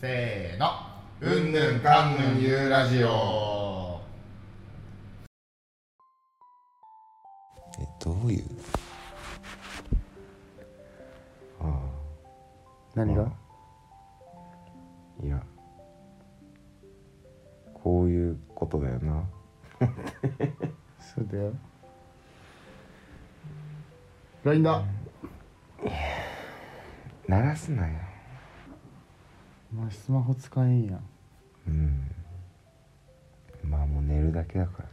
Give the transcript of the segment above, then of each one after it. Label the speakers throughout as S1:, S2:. S1: せーの
S2: うんぬんかんぬんゆうラジオ
S3: えどういうあ
S4: 何が、
S3: あいやこういうことだよな
S4: そうだよ LINE だ、
S3: 鳴らすなよ
S4: お前スマホ使えんやん
S3: うんまあもう寝るだけだか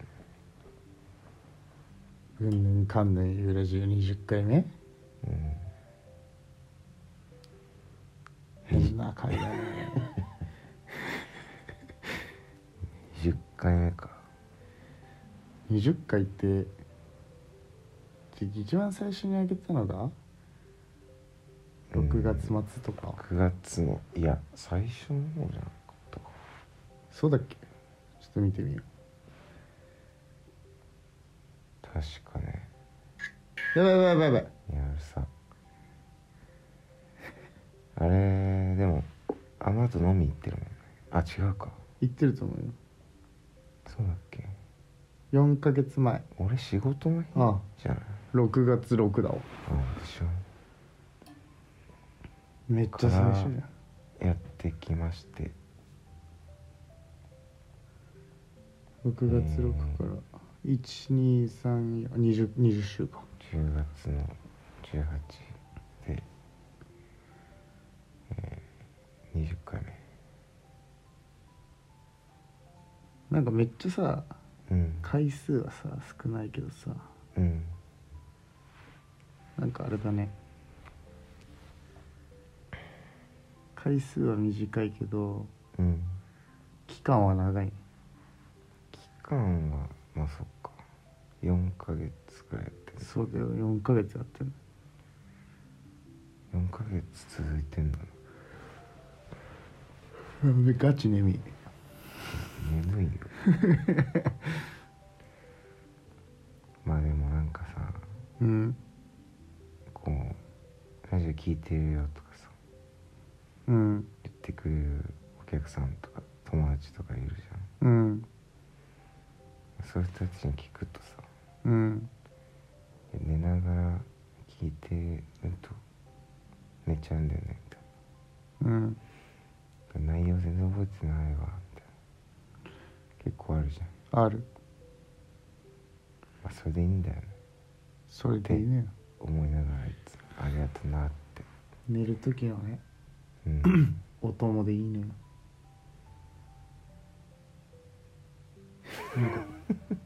S3: らね
S4: うんぬんかんぬんゆうラジオ20回目変な回だね
S3: 10回目か
S4: 20回ってじ一番最初に上げたのが
S3: うん
S4: 6月末とか、
S3: 9月のいや最初の方じゃなかったか
S4: そうだっけちょっと見てみよ
S3: 確かね
S4: うやばいやばいやばいやばい
S3: いやうるさ あれでもあの後飲み行ってるもんねあ違うか
S4: 言ってると思うよ
S3: そうだっけ
S4: 4ヶ月前
S3: 俺仕事の日
S4: ああ
S3: じゃない
S4: 6月6だわ
S3: うんでしょ
S4: めっちゃ最初やん
S3: やってきまして
S4: 6月6から123420 20週か
S3: 10月の18で、えー、20回
S4: なんかめっちゃさ
S3: 目うん
S4: 回数はさ少ないけどさ
S3: うん
S4: なんかあれだね回数は短いけど
S3: うん
S4: 期間は長いね
S3: 期間はまあそっか4ヶ月くらいやってる
S4: そうだよ4ヶ月やってんの
S3: 4ヶ月続いてんだな
S4: うん ガチねみ
S3: 眠いよ まあでもなんかさ
S4: うん
S3: こうラジオ聞いてるよとかさ
S4: うん
S3: 言ってくれるお客さんとか友達とかいるじ
S4: うん
S3: ゃんそういう人たちに聞くとさ
S4: うん
S3: 寝ながら聞いてると寝ちゃうんだよねみたい
S4: うん
S3: な内容全然覚えてないわみたいな結構あるじゃん、
S4: ある
S3: まあ、それでいいんだよね
S4: それでいいね
S3: 思いながらいつもありがとうなって
S4: 寝る時のね
S3: うん
S4: お供でいいのよなんか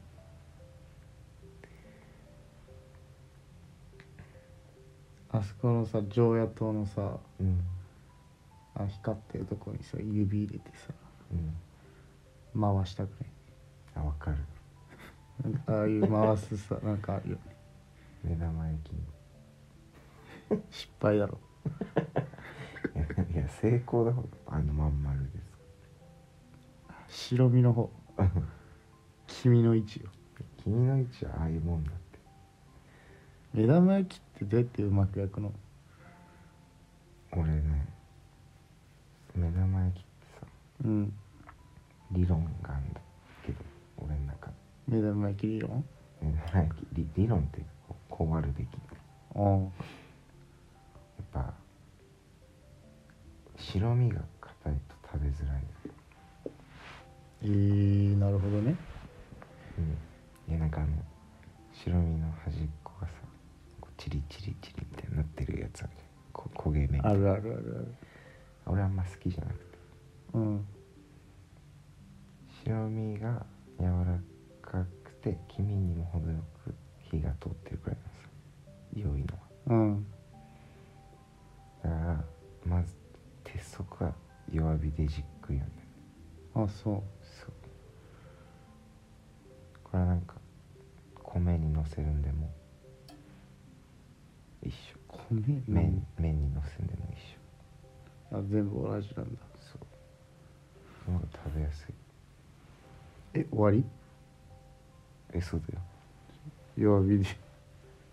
S4: あそこのさ常夜灯のさ
S3: うん
S4: あ光ってるとこにさ指入れてさ
S3: うん
S4: 回したくね
S3: あわかる
S4: なんかああいう回すさ なんかあるよね
S3: 目玉焼き
S4: 失敗だろ
S3: いや成功だほどあのまん丸です
S4: 白身 の方君の位置よ
S3: 君の位置はああいうもんだって
S4: 目玉焼きってどうやってうまく焼くの
S3: 俺ね目玉焼きってさ
S4: うん
S3: 理論があるんだけど俺の中で
S4: 目玉焼き理論
S3: 目玉焼き理理論ってこうこうあるべきや
S4: ああ
S3: っぱ白身が硬いと食べづらい、
S4: えー、なるほどね
S3: うん、いやなんかあの白身の端っこがさこうチリチリチリみたいになってるやつあるじゃんこ焦げ目
S4: あるあるあるある
S3: 俺あんま好きじゃなくて
S4: うん
S3: 白身が柔らかくて黄身にも程よく火が通ってるくらいなんですよ良いのは
S4: うん
S3: だからまず鉄則は弱火でじっくりやんだよ
S4: あそ
S3: そうこれはなんか米にのせるんでも一緒
S4: う米
S3: 麺麺にのせるんでも一緒
S4: あ全部同じなんだ
S3: そうその方が食べやすい
S4: え終わり
S3: えそうだよ
S4: 弱火で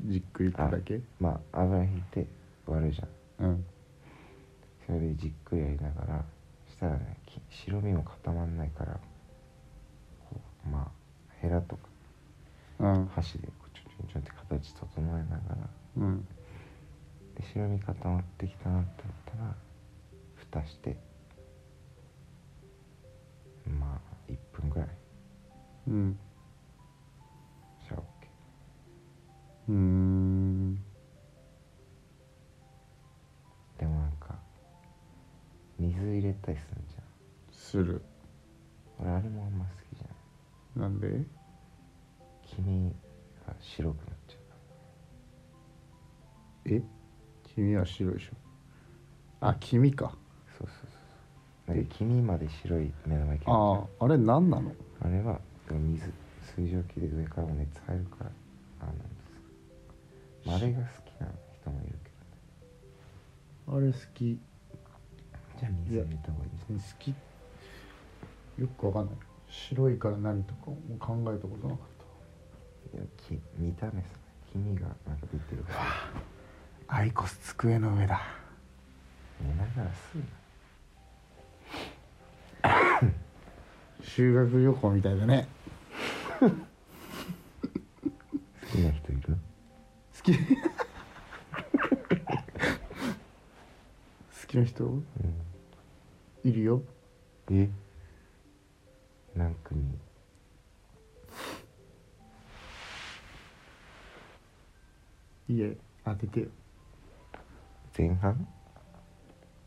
S4: じっくりってだけ
S3: まあ油引いて割るじゃん
S4: うん
S3: それでじっくりやりながらしたらねき白身も固まんないからこうまあヘラとか
S4: うん
S3: 箸でこうちょちょちょって形整えながら
S4: うん
S3: で白身固まってきたなって思ったら蓋してまあ1分ぐらい
S4: うん
S3: じゃあ OK
S4: うーん
S3: でもなんか水入れたりするじ
S4: する
S3: ゃん俺あれもあんま好きじゃない
S4: なんで
S3: 黄身が白くなっちゃうから
S4: え君は白いでしょあ君か
S3: そうそうそうなんか黄身まで白い目の前に来る
S4: あああれ何なの
S3: あれはでも水水蒸気で上からも熱入るからあなんですまああれが好きな人もいるけ
S4: あれ好き
S3: どじゃあ水入れた方がいい
S4: 好きよくわかんない白いから何とかも考えたことなかっ
S3: いやき見た目さ黄身がなんか出てるから
S4: たアイコス机の上だ
S3: 寝ながらすんな
S4: 修学旅行みたいだね
S3: 好きな人いる
S4: 好 き好きな人いるよ
S3: うんえ何組
S4: いえ当ててよ
S3: 前半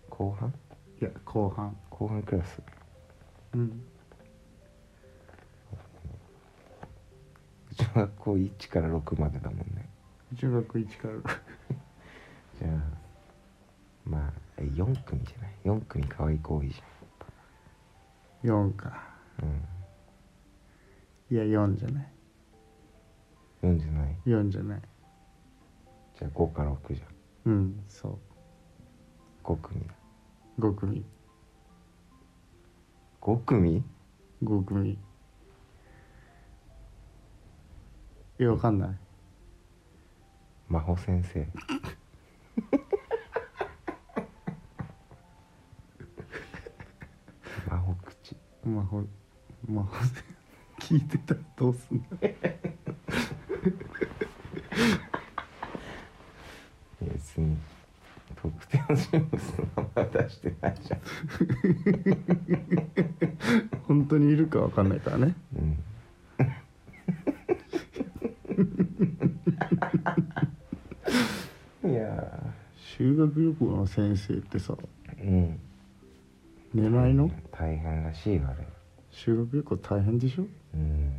S3: 後半
S4: いや後半
S3: 後半クラス
S4: うん
S3: 小学校1から6までだもんね
S4: 中学1から
S3: じゃあまあえ4組じゃない4組可愛い子多いじ
S4: 4か
S3: ゃん
S4: いや4じゃない
S3: うん4じゃない
S4: 4じゃない
S3: じゃあ5から6じゃん
S4: うんそ
S3: 5組だ
S4: う5組
S3: 5組
S4: 5組えわかんない
S3: 真帆先生 真帆口
S4: まほまほ聞いてたらどうすんの
S3: いや別に特定の人物の名前出してないじゃん
S4: 本当にいるかわかんないからね
S3: うん いや
S4: 修学旅行の先生ってさ
S3: ーうん
S4: 寝ないの
S3: 大変らしいよあれ
S4: 修学旅行大変でしょ
S3: うん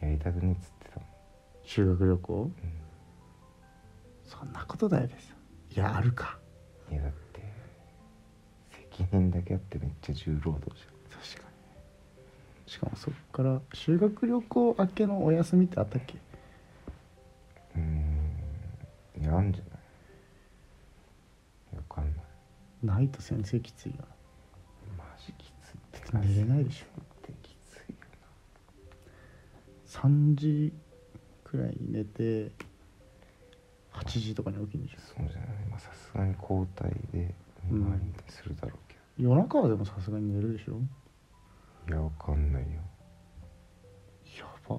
S3: やりたくねえっつってたもん
S4: 修学旅行そんなことないですいやあるか
S3: いやだって責任だけあってめっちゃ重労働じ
S4: 確かにしかもそっから修学旅行明けのお休みってあったっけ
S3: ゃんうーんいやあんじゃないいやわかんない
S4: ないと先生きついよ
S3: マジきついって
S4: な寝れないでしょ
S3: ってきついよ
S4: 3時くらいに寝て8時とかに起きるんでしょ
S3: そうじゃないまあさすがに交代で見回りみたいにするだろうけ
S4: 夜中はでもさすがに寝るでしょ
S3: ど、いやわかんないよ
S4: やば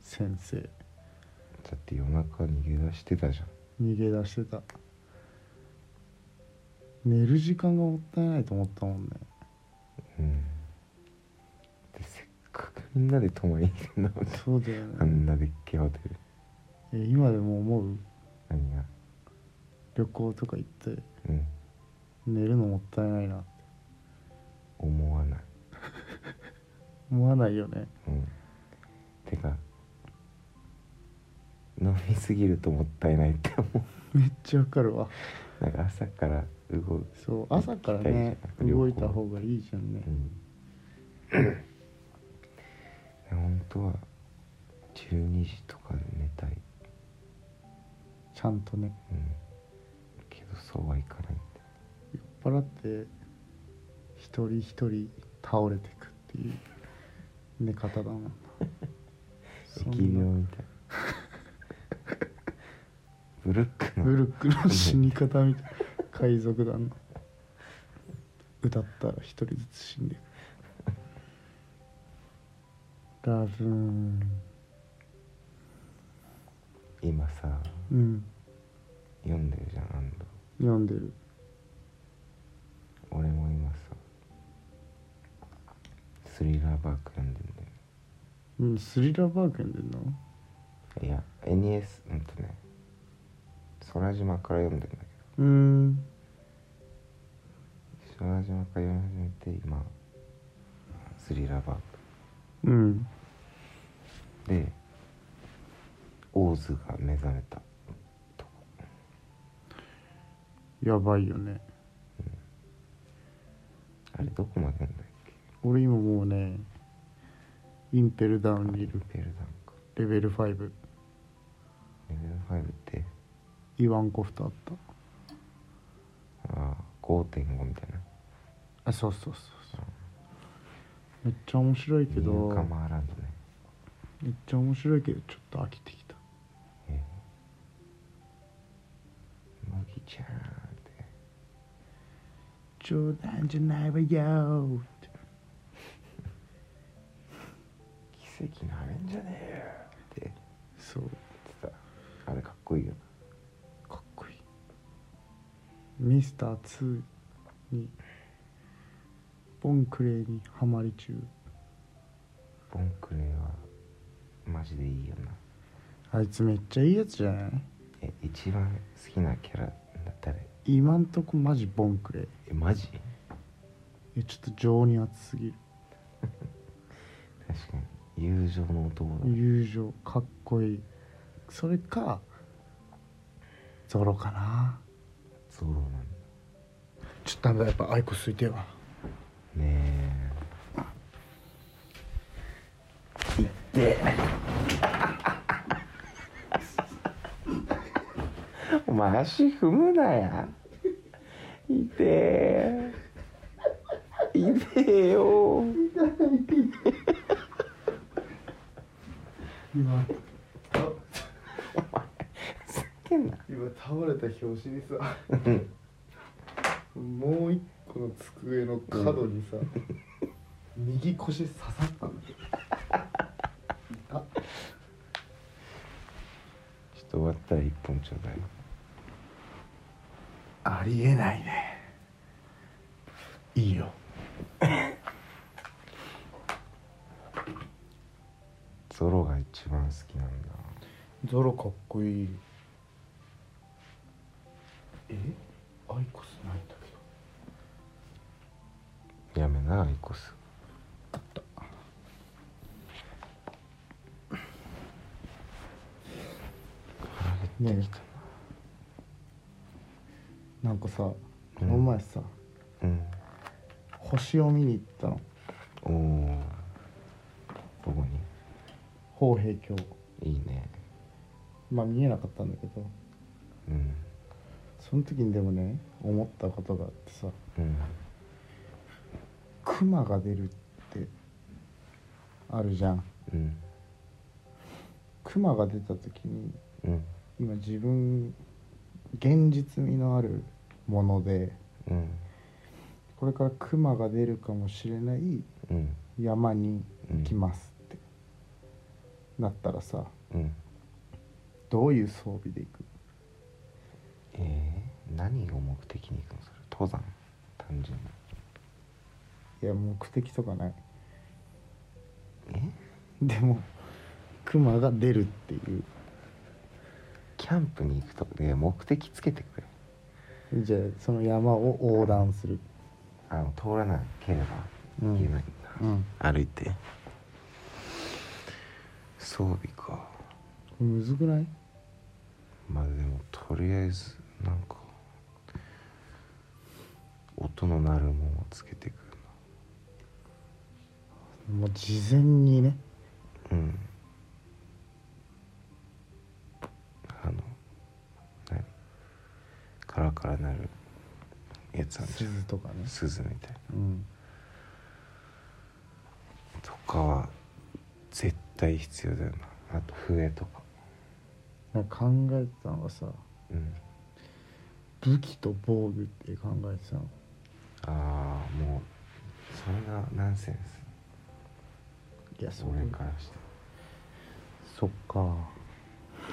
S4: 先生
S3: だって夜中逃げ出してたじゃん
S4: 逃げ出してた寝る時間がもったいないと思ったもんね
S3: うんでせっかくみんなで泊まりに行ってんだもんね
S4: そうだよ
S3: あん
S4: ね
S3: なでっけえホテル
S4: え今でも思う
S3: 何が
S4: 旅行とか行って
S3: うん
S4: 寝るのもったいないなって
S3: 思わない
S4: 思わないよね
S3: うんてか飲みすぎるともったいないって思
S4: めっちゃわかるわ
S3: うなんか朝から動く
S4: そう朝からね
S3: 行きたいじゃん
S4: 動いた方がいいじゃんね
S3: うん で本当は12時とかで寝たい、
S4: ちゃんとね
S3: うん、けどそうはいかないんだよ
S4: 酔っ払って一人一人倒れてくっていう寝方だも んなそんな
S3: 疫病みたいなブルックの
S4: ブルックの死に方みたいな海賊団の歌ったら一人ずつ死んでいくラブーン
S3: 今さ
S4: うん
S3: 読んでるじゃん安藤
S4: 読んでる
S3: 俺も今さスリラーバーク読んでんだよ
S4: うんスリラーバーグ読んでんの
S3: いや NES うんとね空島から読んでんだけ
S4: うーん
S3: ど空島から読み始めて今スリラーバー
S4: うん
S3: クでオーズが目覚めたとこ
S4: やばいよね
S3: あれどこまで読んだっけ
S4: 俺今もうねインペルダウンにいる
S3: ペルダンか
S4: レベル5
S3: レベル5って
S4: イワンコフトあった
S3: ああ5.5みたいな
S4: あそうそうそうそうめっちゃ面白いけど
S3: ニューカマーランドね
S4: めっちゃ面白いけどちょっと飽きてきた
S3: え麦ちゃんって
S4: 冗談じゃないわよーって
S3: 奇跡なめんじゃねえよって言っ
S4: そう
S3: てたあれかっこいいよ
S4: かっこいいミスター2にボンクレーにハマり中
S3: ボンクレーはマジでいいよな
S4: あいつめっちゃいいやつじゃない
S3: え一番好きなキャラ誰
S4: 今んとこマジボンクレー
S3: えマジ
S4: えちょっと情に熱すぎる
S3: 確かに友情の男だ
S4: 友情かっこいいそれかゾロかな
S3: ゾロなんだ
S4: ちょっとダメだやっぱアイコスいてえわ
S3: ねえいって お前足踏むなやいてえいてえよ
S4: 今
S3: けんな
S2: 今倒れた拍子にさもう一個の机の角にさ右腰刺さったんだよ
S3: ちょっと終わったら一本ちょうだい
S4: ありえないねいいよ
S3: ゾロが一番好きなんだ
S4: ゾロかっこいい
S2: えアイコスないんだけど
S3: やめなアイコス
S4: ねえなんかさこ
S3: うん
S4: の前さ、
S3: うん
S4: 星を見に行ったの
S3: おおどこに
S4: 法平京
S3: いいね
S4: まあ見えなかったんだけど
S3: うん
S4: その時にでもね思ったことがあってさ
S3: うん
S4: クマが出るってあるじゃん
S3: うん
S4: クマが出た時に
S3: うん
S4: 今自分現実味のあるもので
S3: うん
S4: これからクマが出るかもしれない
S3: うん
S4: 山に行きますって、なったらさ
S3: うん
S4: どういう装備で行く
S3: えー、何を目的に行くのそれ登山単純に
S4: いや目的とかない
S3: え
S4: でもクマが出るっていう
S3: キャンプに行くとかで目的つけてくれ
S4: じゃあその山を横断する、
S3: あの通らなければ
S4: うん
S3: いけないんだ、
S4: うん、
S3: 歩いて装備か
S4: これむずくない
S3: まあでもとりあえずなんか音の鳴るもんをつけてく
S4: もう事前にね
S3: るなうんあの何カラカラ鳴るやつあんじゃ
S4: 鈴とかね
S3: ん鈴みたいな
S4: うん
S3: とかは絶対必要だよなあと笛とか
S4: なんか考えてたのがさ
S3: うん
S4: 武器と防具って考えてたの
S3: ああなナンセンス
S4: いやそ
S3: 俺
S4: れ
S3: からして
S4: そっか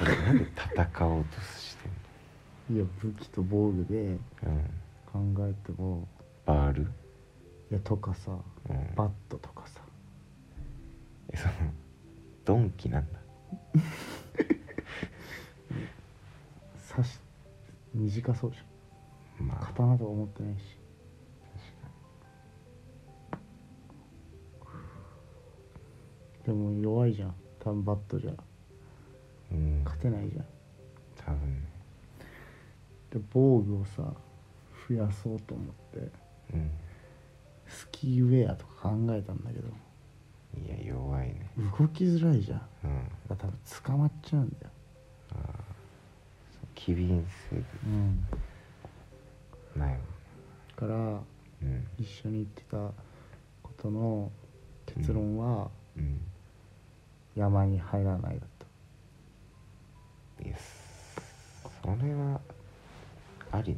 S3: 俺なんで戦おうとして
S4: いや武器と防具で
S3: んのうん
S4: 考えても
S3: バール、
S4: いやとかさ
S3: うん、
S4: バットとかさ
S3: えそのドンキなんだ
S4: 刺し短そうじ
S3: ま
S4: ゃん
S3: あ
S4: 刀とか持ってないしでも弱いじゃん多分バットじゃ
S3: うん
S4: 勝てないじゃん
S3: 多分ね
S4: で防具をさ増やそうと思って
S3: うん
S4: スキーウェアとか考えたんだけど
S3: いや弱いね
S4: 動きづらいじゃんだか
S3: うん
S4: ら多分捕まっちゃうんだよ
S3: 機敏性
S4: うんだ
S3: ないわ
S4: から
S3: うん
S4: 一緒に言ってたことの結論は
S3: うん
S4: 山に入らないだと
S3: いやそれはあり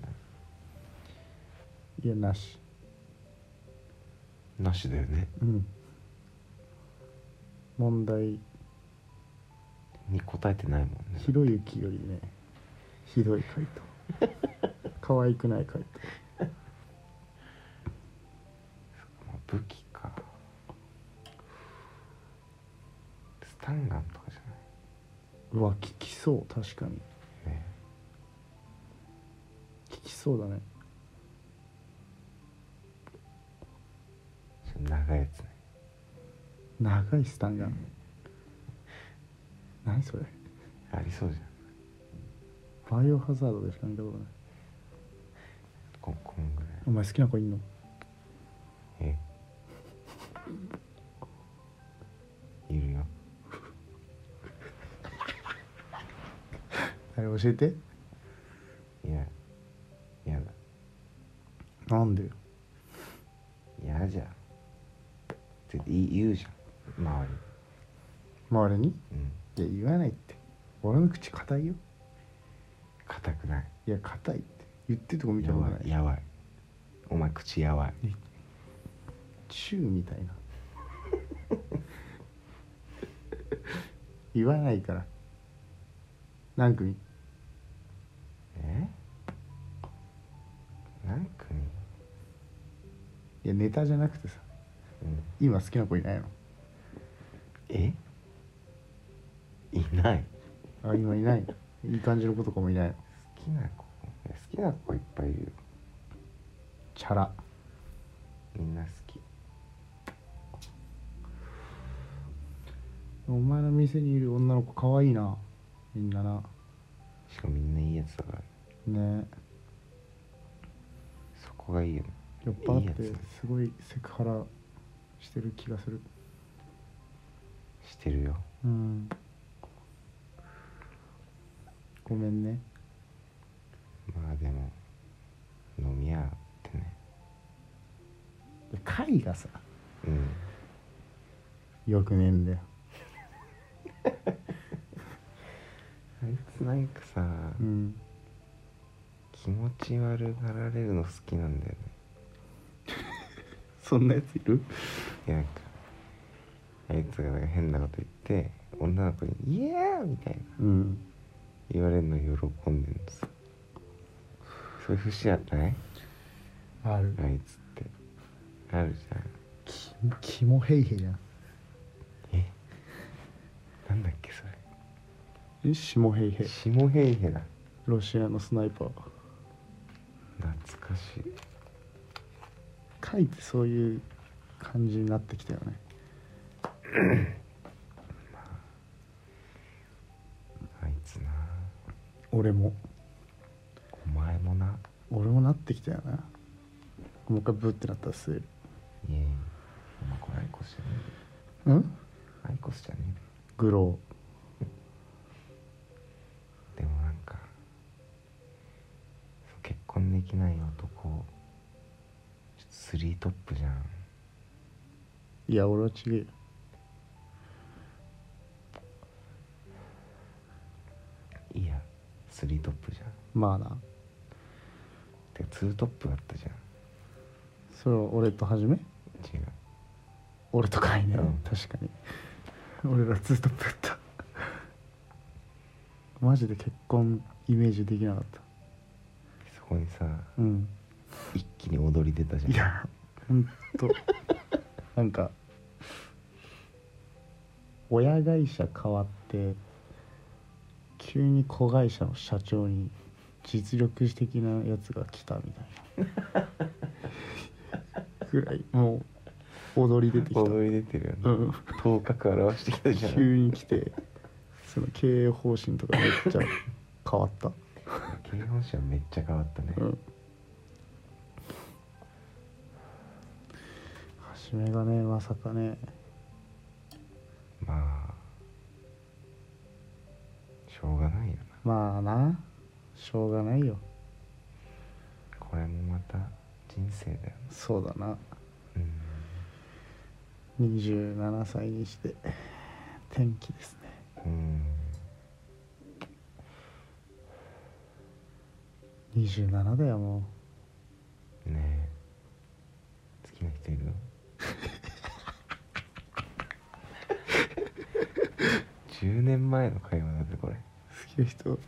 S4: いやなし
S3: ななしだよね
S4: うん問題
S3: に答えてないもんね
S4: ひろゆきよりねひどい回 答可愛くない回
S3: まあ武器かスタンガンとかじゃ
S4: 答うわ聞きそう確かに
S3: ないね
S4: 聞きそうだね
S3: その長いやつね
S4: 長いスタンガン何それ
S3: ありそうじゃん
S4: バイオハザードでしか見たことない
S3: ここんぐらい
S4: お前好きな子いんの
S3: えいるよ
S4: あれ教えて
S3: いややだ
S4: なんでよ
S3: やじゃんって言い言うじゃん周
S4: 周りに
S3: りうん
S4: いや言わないって俺の口硬いよ
S3: 硬くない
S4: いや硬いって言ってるとこ見た
S3: や
S4: こと
S3: ば
S4: ない
S3: いやばいお前口やばい
S4: チューみたいな 言わないから何組
S3: え何組
S4: いやネタじゃなくてさ
S3: うん
S4: 今好きな子いないの
S3: えいない
S4: あ今いないいい感じの子とかもいないの
S3: 好きな子いや好きな子いっぱいいるよ
S4: チャラ
S3: みんな好き
S4: お前の店にいる女の子可愛いなみんなな
S3: しかもみんないいやつだから
S4: ね
S3: そこがいいよね
S4: 酔っ払っ
S3: いい
S4: て
S3: や
S4: すごいセクハラしてる気がする
S3: してるよ
S4: うんごめんね
S3: まあでも飲み屋ってね
S4: いや会がさ
S3: うん
S4: よくねえんだよ
S3: あいつなんかさ、
S4: うん
S3: 気持ち悪がられるの好きなんだよね
S4: そんなやついる
S3: いやなんかあいつがなんか変なこと言って女の子に「イエー!」みたいな
S4: うん
S3: 言われるの喜んでるのさそういう節あったね
S4: ある
S3: あいつってあるじゃん
S4: きキモヘイヘイじゃん
S3: えなんだっけそれ
S4: えシモヘイヘイ
S3: 下平平だ
S4: ロシアのスナイパー
S3: 懐かしい
S4: 会ってそういう感じになってきたよね
S3: あいつな
S4: 俺も
S3: お前もな
S4: 俺もなってきたよなもう一回ブってなったら吸える
S3: いえいえお前これアイコスじゃね
S4: うん
S3: えアイコスじゃね
S4: グロ
S3: えでもなんかそう結婚できない男ちょっとスリートップじゃん
S4: ーいや俺は違えよ
S3: いやスリートップじゃん
S4: まあな
S3: てかツートップだったじゃん
S4: それは俺とはじめ
S3: 違う
S4: 俺とかいね、
S3: うん
S4: 確かに俺らツートップやったマジで結婚イメージできなかった
S3: そこにさ
S4: うん
S3: 一気に踊り出たじゃん
S4: いやほんとなんか親会社変わって急に子会社の社長に実力主的なやつが来たみたいなぐらいもう踊り出てきた、
S3: 踊り出てるよね、
S4: うん、
S3: 頭角表してきたじゃん
S4: 急に来てその経営方針とかめっちゃ変わった、
S3: 経営本社めっちゃ変わったね、
S4: うん、初めがねまさかね
S3: まあしょうがないよな
S4: まあなしょうがないよ
S3: これもまた人生だよ
S4: そうだな
S3: な
S4: 27歳にして転機ですね
S3: うんうん
S4: 27だよも
S3: ねえ好きな人いるの10年前の会話だぜこれ
S4: う好きな人好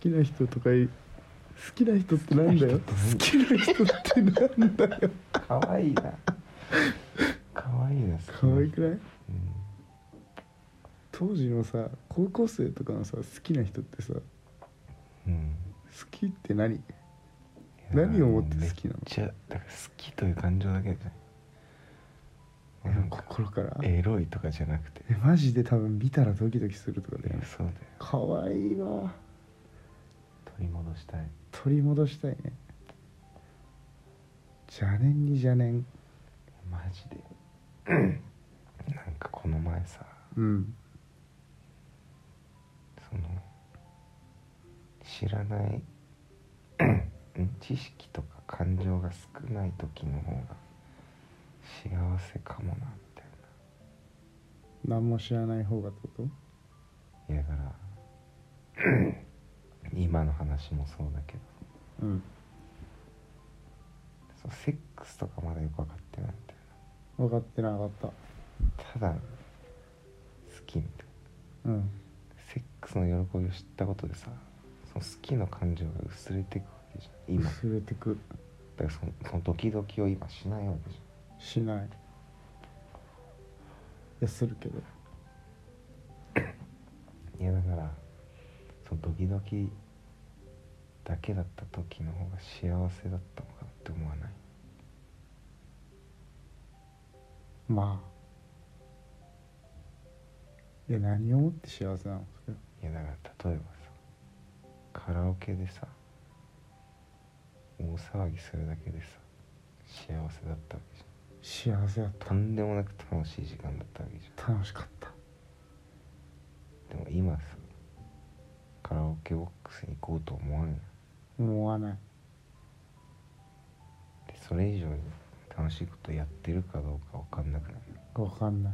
S4: きな人とかい好きな人ってなんだよ好きな人ってなんだよ
S3: かわいいなかわいいな好きな人
S4: 可愛くない
S3: うん
S4: 当時のさ高校生とかのさ好きな人ってさ好
S3: うん
S4: きって何
S3: いや
S4: 何を思って好きなの
S3: めっちゃだから好きという感情だけじゃないなんか
S4: 心からえ
S3: エロいとかじゃなくて
S4: マジで多分見たらドキドキするとかだよね
S3: そうだよ
S4: 可愛いわ
S3: 取り戻したい
S4: 取り戻したいね邪念に邪念
S3: マジで なんかこの前さ
S4: うん
S3: その知らない うん知識とか感情が少ない時の方が幸せかもなみたい
S4: 何も知らない方がってこと
S3: ないやだから 今の話もそうだけど
S4: うん
S3: そうセックスとかまだよく分かってないみたい
S4: 分かってなかった
S3: なただ好きみたい
S4: うん
S3: なセックスの喜びを知ったことでさその好きの感情が薄れていくわけじゃん今だ
S4: 薄れてく
S3: からそのそのドキドキを今しないわけじゃん
S4: しないいやするけど
S3: いやだからそのドキドキだけだった時の方が幸せだったのかなって思わない
S4: まあいや何をもって幸せなのそれ
S3: いやだから例えばさカラオケでさ大騒ぎするだけでさ幸せだったわけじ
S4: 幸せだっ
S3: ゃんとんでもなく楽しい時間だったわけじゃ
S4: た楽しかった
S3: んでも今さカラオケボックスに行こうと思わんやん
S4: 思わない
S3: でそれ以上に楽しいことやってるかどうか分かんなくなる
S4: 分かんない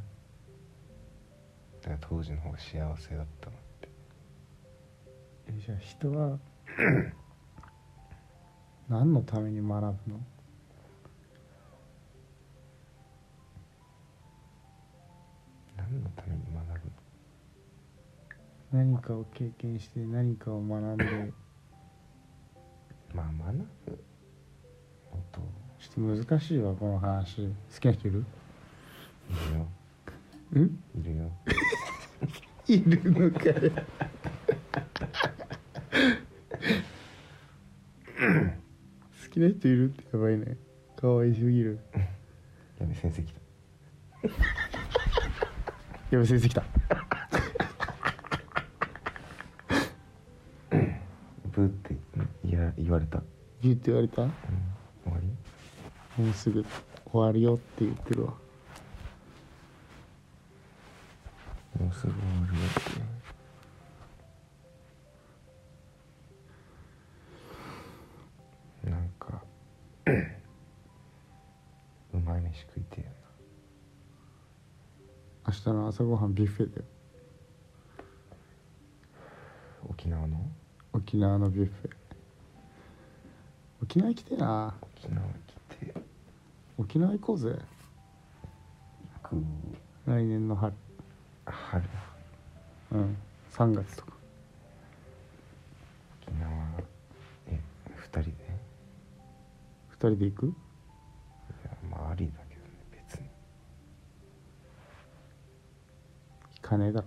S3: だから当時の方が幸せだったのって
S4: えじゃあ人 は何のために学ぶの
S3: 何のために学ぶの
S4: 何かを経験して何かを学んで
S3: まあ学ぶこと
S4: ちょっと難しいわこの話好きな人いる
S3: いるよ
S4: うん
S3: いるよ
S4: いるのかよ好きな人いるってやばいねかわいすぎる
S3: やべ先生来た
S4: やべ先生来た
S3: ブーっていや言われた、うん、
S4: ビュって言われたも
S3: 終わり
S4: うすぐ終わるよって言ってるわ
S3: もうすぐ終わるよってなんかうまい飯食いてえよ
S4: 明日の朝ごはんビュッフェだよ
S3: な沖縄の
S4: 沖縄のビュッフェ沖縄来てえな
S3: 沖縄来て
S4: 沖縄行こうぜ
S3: く
S4: 来年の春
S3: 春
S4: うん3月とか
S3: 沖縄え二人でい
S4: 2人で行く
S3: やまあありだけどね別に
S4: 行かねえだ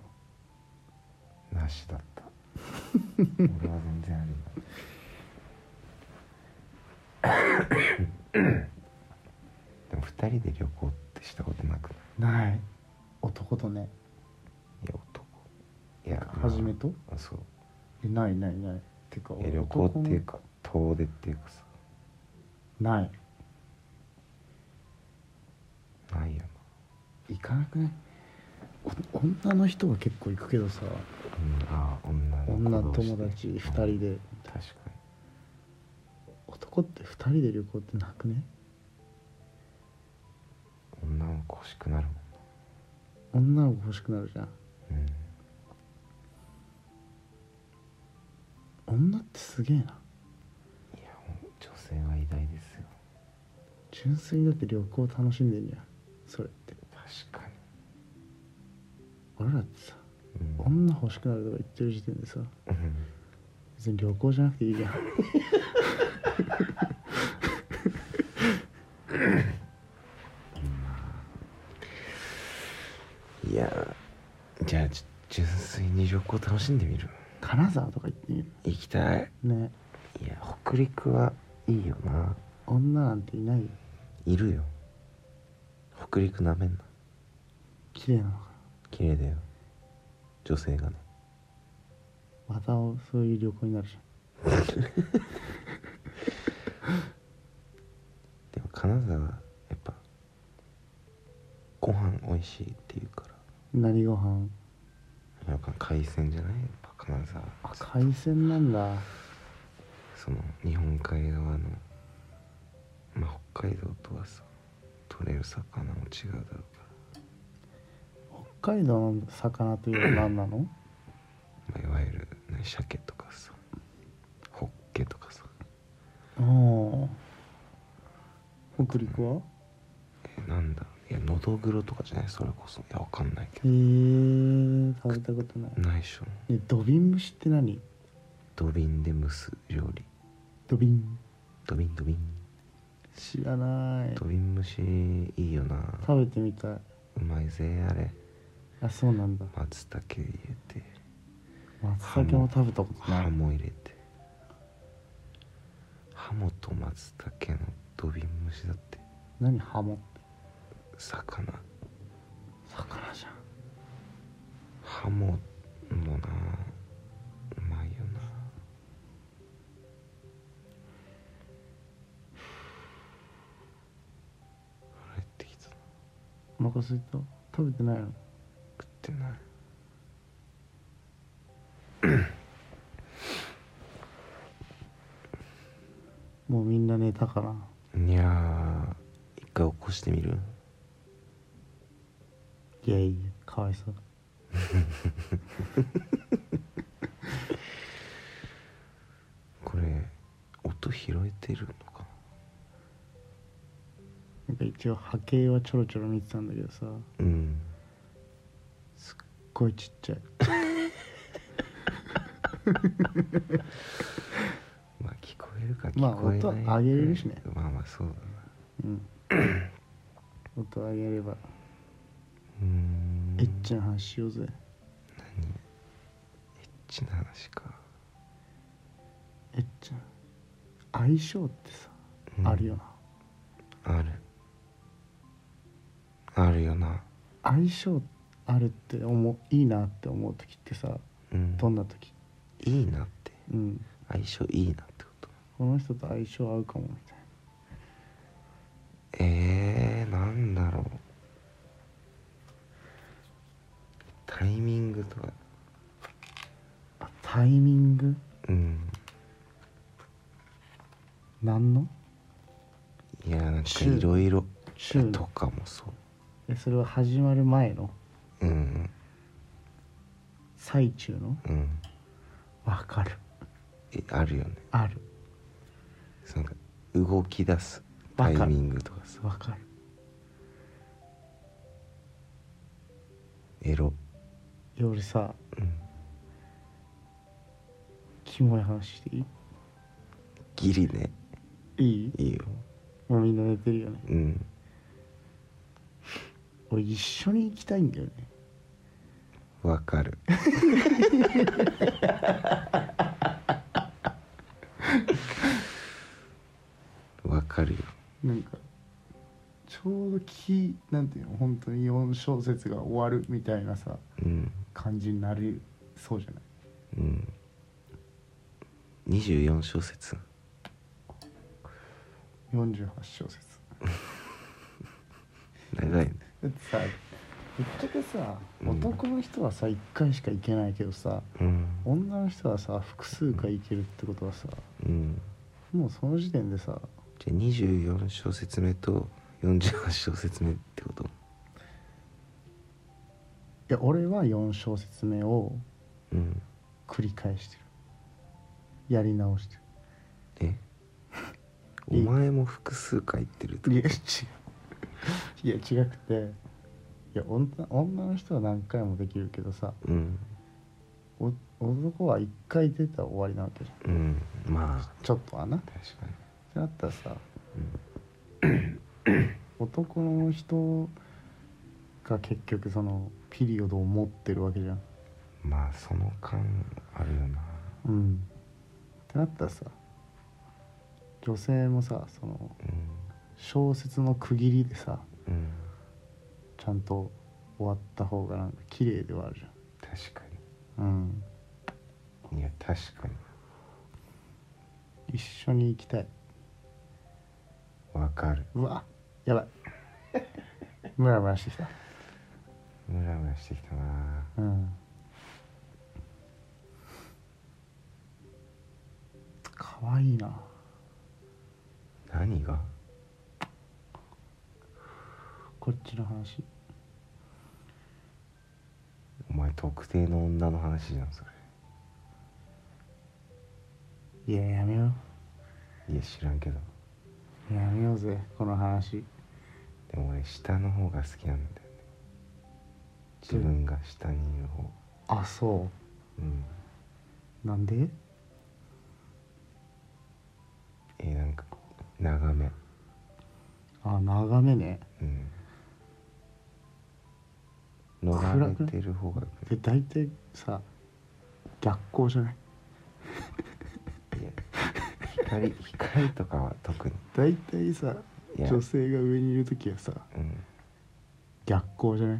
S4: ろ
S3: なしだった俺は全然ありだでも二人で旅行ってしたことなくない
S4: ない男とね
S3: いや男いや
S4: 初めと
S3: まあそう
S4: えないないないてか
S3: いや旅行っていうか遠出っていうかさ
S4: ない
S3: ないよ
S4: 行かなくないお女の人は結構行くけどさ
S3: な、うん、ああ女
S4: 女
S3: の子同士
S4: 友
S3: で
S4: 達2人で
S3: 確かに
S4: 男って2人で旅行ってなくね
S3: 女の子欲しくなるもん
S4: 女の子欲しくなるじゃん
S3: うん
S4: 女ってすげえない
S3: やほん女性は偉大ですよ
S4: 純粋にだって旅行楽しんでんじゃんそれって
S3: 確かに
S4: 俺らってさ
S3: うん
S4: 女欲しくなるとか言ってる時点でさ
S3: うん
S4: 別に旅行じゃなくていいじゃん
S3: いやじゃあちょ純粋に旅行楽しんでみる
S4: 金沢とか行ってみる
S3: 行きたい
S4: ね
S3: いや北陸はいいよな
S4: 女なんていないよ
S3: いるよ北陸なめんな
S4: 綺麗なのか
S3: 綺麗だよ女性がね
S4: なまたそういう旅行になるじ
S3: でも金沢やっぱご飯美味しいっていうから
S4: ゃん何ご飯
S3: やっぱ海鮮じゃないやっぱ金沢
S4: あ海鮮なんだ
S3: その日本海側のまあ北海道とはさ取れる魚も違うだろうか
S4: 北海道の魚というのは何なの
S3: ら、まあ、いわゆる、ね、鮭とかさホッケとかさ
S4: おお北陸は
S3: えなんだいやのどぐろとかじゃないそれこそいやわかんないけど
S4: へえ食べたことない
S3: ないっしょ
S4: ね土瓶蒸しって何
S3: 土瓶で蒸す料理
S4: 土瓶
S3: 土瓶土瓶
S4: 知らない
S3: 土瓶蒸しいいよな
S4: 食べてみたいう
S3: まいぜあれ
S4: あそうなんだ
S3: 松茸入れて
S4: 松茸も食べたことな
S3: ハ
S4: い
S3: モ入れてハモと松茸の土瓶蒸しだって
S4: 何ハモって
S3: 魚
S4: 魚じゃん
S3: ハモもなうまいよな腹減ってきたな
S4: お腹すいた食べてないの
S3: 食ってない
S4: もうみんな寝たから
S3: いやー一回起こしてみる
S4: いやいやかわいそう
S3: これ音拾えてるのか
S4: なんか一応波形はちょろちょろ見てたんだけどさ
S3: なうん
S4: こいちっちゃい
S3: まあ聞こえるか聞
S4: まあ
S3: こえない
S4: 音上げれるしね
S3: まあまあそうだな
S4: うん音上げれば
S3: うーん
S4: エッチな話しようぜ
S3: 何エッチな話か、
S4: エッチな相性ってさ、
S3: うん
S4: あるよな
S3: あるあるよな
S4: 相性あるって思ういいなって思う時ってさ
S3: うん
S4: どんな時
S3: いいなって
S4: うん
S3: 相性いいなってこと
S4: この人と相性合うかもみたいな
S3: えー、なんだろうタイミングとか
S4: あタイミング
S3: うん
S4: 何の
S3: いやなんか
S4: 週
S3: いろいろ
S4: 週
S3: とかもそ
S4: えそれは始まる前の
S3: ううん
S4: 最中の
S3: うん
S4: わかる
S3: えあるよね
S4: ある
S3: そのなんか動き出す
S4: わ
S3: タ
S4: かる
S3: イミングとかさ
S4: わかる
S3: エロ
S4: いや俺さ
S3: うん
S4: キモい話してい
S3: ギリね
S4: いいい
S3: いいよ
S4: もうみんな寝てるよね
S3: うん
S4: 俺一緒に行きたいんだよね
S3: わか るわかるよ
S4: なんかちょうどきなんていうの本当に4小節が終わるみたいなさ
S3: うん
S4: 感じになりそうじゃない
S3: うん24小節
S4: 48小節
S3: 長いね
S4: だってさぶっちゃけさ男の人はさ1回しか行けないけどさ
S3: うん
S4: 女の人はさ複数回行けるってことはさ
S3: うん
S4: もうその時点でさ
S3: じゃあ24小節目と48小節目ってこと
S4: いや俺は4小節目を
S3: うん
S4: 繰り返してるやり直して
S3: えお
S4: いい
S3: 前も複数回言ってると
S4: るいや違 ういや違くていや女女の人は何回もできるけどさ
S3: うん
S4: お男は1回出たら終わりなわけじゃ
S3: うんまあ
S4: んちょっとはなっ
S3: 確かに
S4: てなったらさ男の人が結局そのピリオドを持ってるわけじゃん
S3: まあその感あるよな
S4: うんってなったらさ女性もさその小説の区切りでさ
S3: うんうん
S4: ちゃんと終わった方がなんか綺麗ではあるじ
S3: 確か
S4: ゃんうん
S3: にいや確かに
S4: 一緒に行きたい
S3: わかる
S4: うわやばいムラムラしてきた
S3: ムラムラしてきたな
S4: うんかわいいな
S3: 何が
S4: こっちの話
S3: お前特定の女の話じゃんそ
S4: いややめよ
S3: れいや知らんけど
S4: うやめようぜこの話
S3: でも俺下の方が好きなんだよね自分が下にいる方
S4: あそ
S3: うん
S4: うなんで
S3: えーなんかこう眺め
S4: あ眺めね
S3: うん乗られてる方が
S4: で大体さ逆光じゃない
S3: いや光光とかは特に
S4: 大体さ
S3: いや
S4: 女性が上にいる時はさ
S3: うん
S4: 逆光じゃない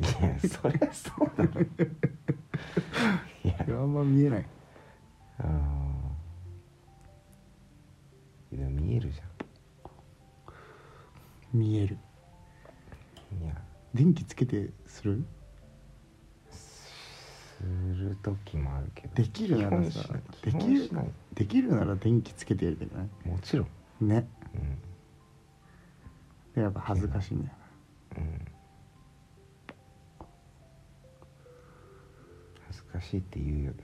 S3: いやそりゃ そうだろいや
S4: いやあんま見えない
S3: あーいや見えるじ
S4: 見える
S3: ゃんいや
S4: 電気つけてする
S3: する時もあるけど
S4: できるならさ
S3: 基本しない基
S4: でき
S3: 本し
S4: る
S3: ない
S4: できるなら電気つけてやりたくない
S3: もちろん
S4: ね
S3: うん
S4: でやっぱ恥ずかしいんだよ
S3: うん恥ずかしいって言うよね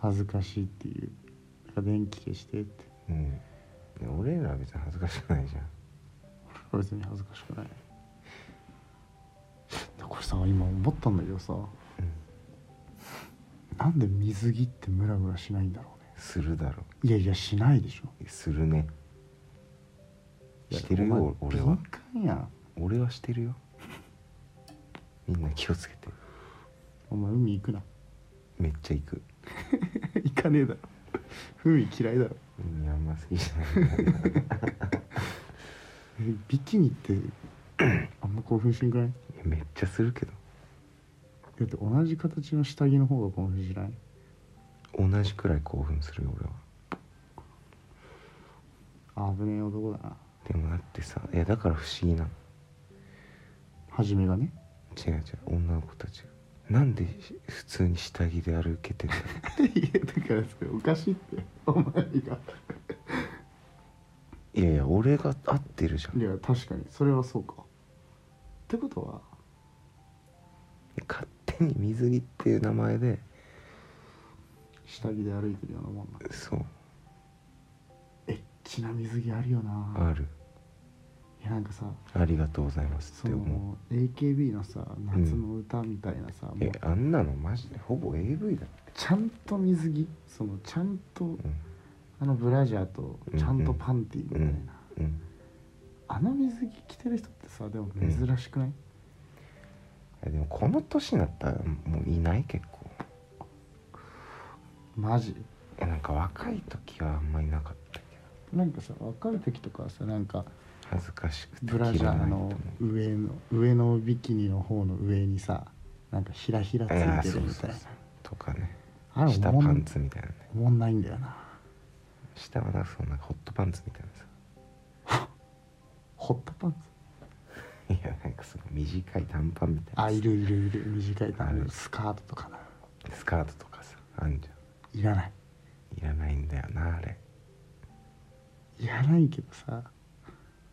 S4: 恥ずかしいっていうだから電気消してって
S3: うんで俺らは別に恥ずかしくないじゃん
S4: 別に恥ずかしくないこれさ今思ったんだけどさ、なんで水着ってムラムラしないんだろうね
S3: するだろ
S4: いやいやしないでしょ
S3: するねしてる
S4: いや
S3: よ
S4: お
S3: 俺
S4: 前
S3: は
S4: 敏感やん
S3: 俺はしてるよみんな気をつけて
S4: お前海行くな
S3: めっちゃ行く
S4: 行かねえだろ海嫌いだろ
S3: 海あんま好きじゃない んだけどいや
S4: え ビキニって あんま興奮しんくない
S3: めっちゃするけど
S4: だって同じ形の下着の方が興奮しない
S3: 同じくらい興奮するよ俺は
S4: 危ねえ男だな
S3: でもだってさいやだから不思議なの
S4: 初めがね
S3: 違う違う女の子たちがなんでし普通に下着で歩けてん だろ
S4: いやだからそれおかしいってお前が
S3: ういやいや俺が合ってるじゃ
S4: い
S3: ん
S4: や確かにそれはそうかってことは
S3: 勝手に水着っていう名前で
S4: 下着で歩いてるようなもんな
S3: そう
S4: エッチな水着あるよな
S3: ある
S4: いやなんかさ
S3: ありがとうございます
S4: そ
S3: って思う
S4: の AKB のさ夏の歌みたいなさ、も
S3: え
S4: う
S3: あんなのマジでほぼ AV だって
S4: ちゃんと水着そのちゃんとあのブラジャーと
S3: うん
S4: ちゃんとパンティみたいな、
S3: うん、うん、
S4: あの水着着てる人ってさでも珍しくない、
S3: えでもこの年になったらもういない結構
S4: マジ
S3: えなんか若い時はあんまりなかったけど
S4: なんかさ若い時とかはさなんか
S3: 恥ずかしくて
S4: ブラジャーの
S3: と思う
S4: 上の上のビキニの方の上にさなんかひらひらつ
S3: ああ
S4: い
S3: そ
S4: て
S3: う
S4: るみ
S3: そ
S4: た
S3: う
S4: い
S3: そ
S4: な
S3: うとかね
S4: あれ
S3: 下
S4: お
S3: パ
S4: もん
S3: ンツみたいなね
S4: おもんないんだよな
S3: 下はなんかそんなホットパンツみたいなさ
S4: ホットパンツ
S3: いやなんかその短い短パンみたいな
S4: あいるいるいる短
S3: あ
S4: い短
S3: る
S4: パンスカートとかな
S3: スカートとかさあんじ
S4: いらない
S3: ゃんいらないんだよなあれ
S4: いらないけどさ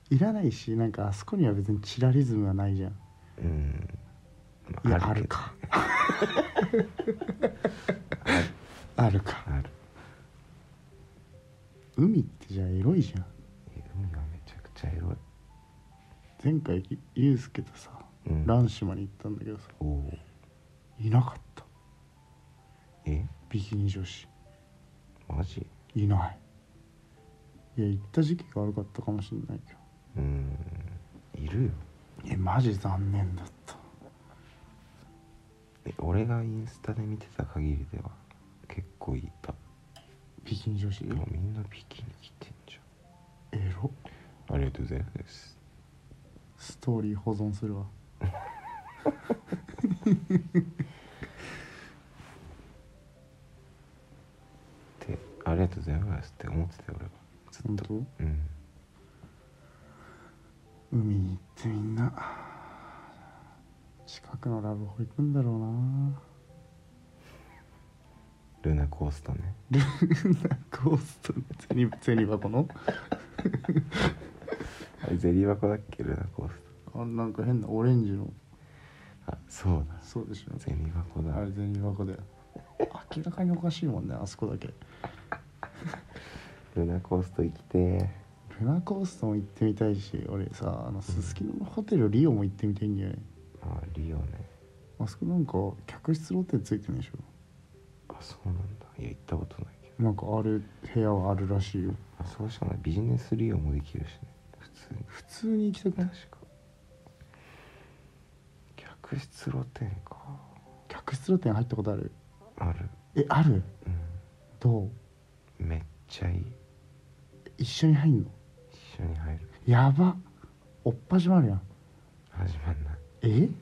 S4: いらないしなんかあそこには別にチラリズムはないじゃん
S3: うん
S4: い
S3: ま
S4: や
S3: あ
S4: あ
S3: け
S4: る
S3: ど
S4: かあるか
S3: ある
S4: 海ってじゃあエロいじゃん
S3: え海はめちゃくちゃエロい
S4: 前回ゆゆうすけとさ
S3: うん
S4: 蘭島に行ったんだけどさ
S3: おお
S4: いなかった
S3: え
S4: ビキニ女子
S3: マジ
S4: いないいや行った時期が悪かったかもしれないけ
S3: うんいるよ
S4: どえマジ残念だった
S3: え俺がインスタで見てた限りでは結構いた
S4: ビキニ女子
S3: いやみんなビキニ着てんじ
S4: エロ
S3: ゃんありがとうございます
S4: ストーリー保存するわ
S3: ってありがとうございますって思ってたよ俺はずっ
S4: 本当
S3: とうん
S4: 海に行ってみんな近くのラブホ行くんだろうな
S3: ルナコーストね
S4: ゴーストの銭銭箱の
S3: あ れゼリー箱だっけルナコース
S4: あなんか変なオレンジの
S3: トあそうだ
S4: そうでしょ
S3: ゼリー箱だ
S4: あれ銭箱だよ明らかにおかしいもんねあそこだけ
S3: ルナコースト行きてー
S4: ルナコーストも行ってみたいし俺さあのすすきののホテルリオも行ってみたいんだよね
S3: あリオね
S4: あそこなんか客室露天ついてるでしょ
S3: あそうなんだいや行ったことないけど
S4: なんかある部屋はあるらしいよ
S3: あそうしかないビジネスリオもできるしね普通に
S4: 普通に行きたくな
S3: 確
S4: い
S3: か客室露天か
S4: 客室露天入ったことある
S3: ある
S4: えある
S3: う
S4: どうん
S3: めっちゃいい
S4: 一緒に入んの
S3: 一緒に入る
S4: やばおっぱじまるやん
S3: 始まんない
S4: えい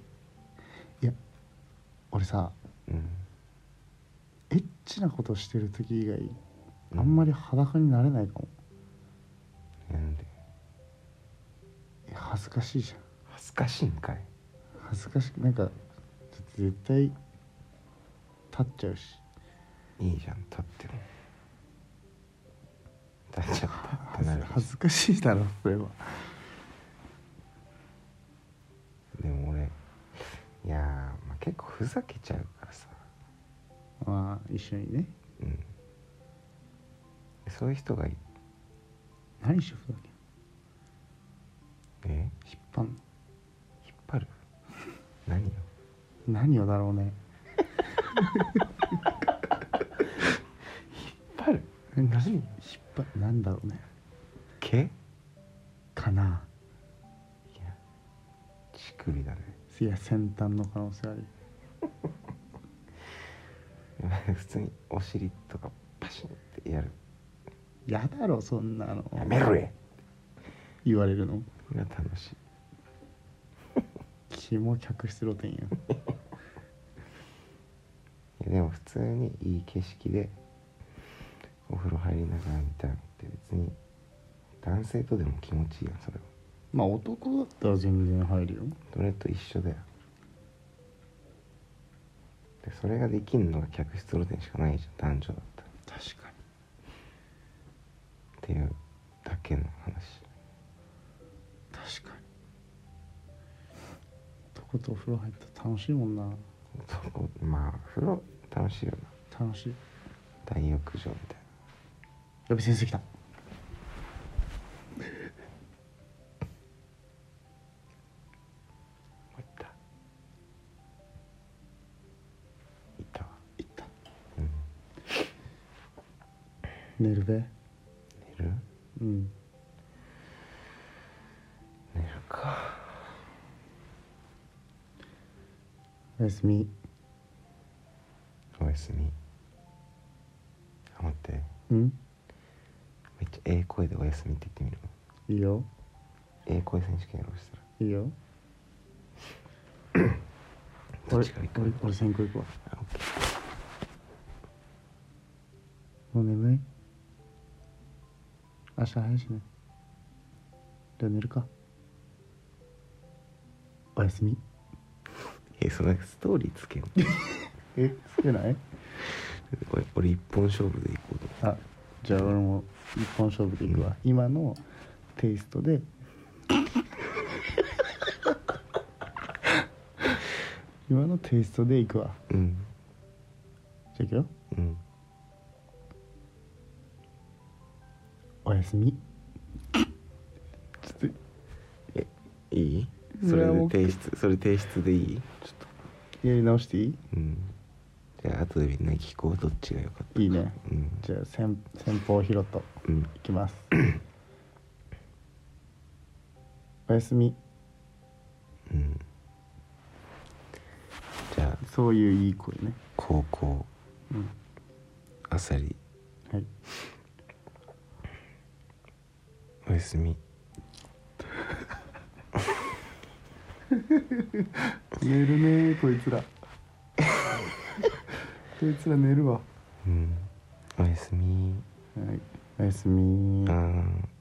S4: や俺さ
S3: うん
S4: エッチなことしてる時以外あんまり裸になれないかも、
S3: なんで
S4: え恥ずかしいじゃん
S3: 恥ずかしいんかい
S4: 恥ずかしくなんかだって絶対立っちゃうし
S3: いいじゃん立っても立っちゃったって
S4: 恥
S3: な
S4: ず
S3: る
S4: 恥ずかしいだろ それは
S3: でも俺いやー、まあ、結構ふざけちゃうからさ
S4: まあ一緒にね
S3: うんそういう人がい
S4: 何しようだけ
S3: え
S4: 引っ張ん
S3: 引っ張る何よ
S4: 何をだろうね
S3: 引っ張る
S4: 何
S3: 何
S4: 引っ張何だろうね
S3: 毛いや
S4: かな
S3: 乳首だね
S4: いや先端の可能性ある
S3: 普通にお尻とかパシンってやる
S4: やだろそんなの
S3: やめろや
S4: 言われるの
S3: が楽しい
S4: キモ客室露天や
S3: いやでも普通にいい景色でお風呂入りながら見たいのって別に男性とでも気持ちいいやんそれは
S4: まあ男だったら全然入るよ
S3: それと一緒だよでそれができるのが客室露天しかないじゃん男女だったら
S4: 確かに
S3: っていうだけの話
S4: 確かにとことお風呂入ったら楽しいもんな
S3: そこまあ風呂楽しいよな
S4: 楽しい
S3: 大浴場みたい
S4: 予備先生来た寝るべ
S3: 寝る
S4: うん
S3: 寝るか
S4: おやすみ
S3: おやすみあ待って
S4: うん
S3: めっちゃええ声でおやすみって言ってみる
S4: いいよ
S3: ええ声選手権やろうしたら
S4: いいよ
S3: どっ
S4: 俺
S3: ちから行く
S4: 俺俺先行行くわ
S3: あオッケー
S4: もう眠い明日早いしねじゃあ寝るかおやすみ
S3: えそのストーリーつけんの
S4: えつけない
S3: 俺俺一本勝負でいこうと
S4: あじゃあ俺も一本勝負でいくわ、今のテイスト で今のテイストでいくわ
S3: うん
S4: じゃあいくよ
S3: うん
S4: おやすみちょっとちょ
S3: いい
S4: い
S3: それ
S4: や
S3: で
S4: OK
S3: 提出それ提出でいい
S4: っとやり直していい
S3: うんじゃあ後でみんなに聞こうどっちが良かったか
S4: いいね
S3: うん
S4: じゃあ先先方ヒロと
S3: うん
S4: いきます おやすみ
S3: うんじゃあ
S4: そういういい声ね
S3: 高校
S4: うん
S3: あさり
S4: はい
S3: おやすみ
S4: 寝るねーこい つらこいつら寝るわ
S3: うんおやすみ
S4: はいおやすみ
S3: あー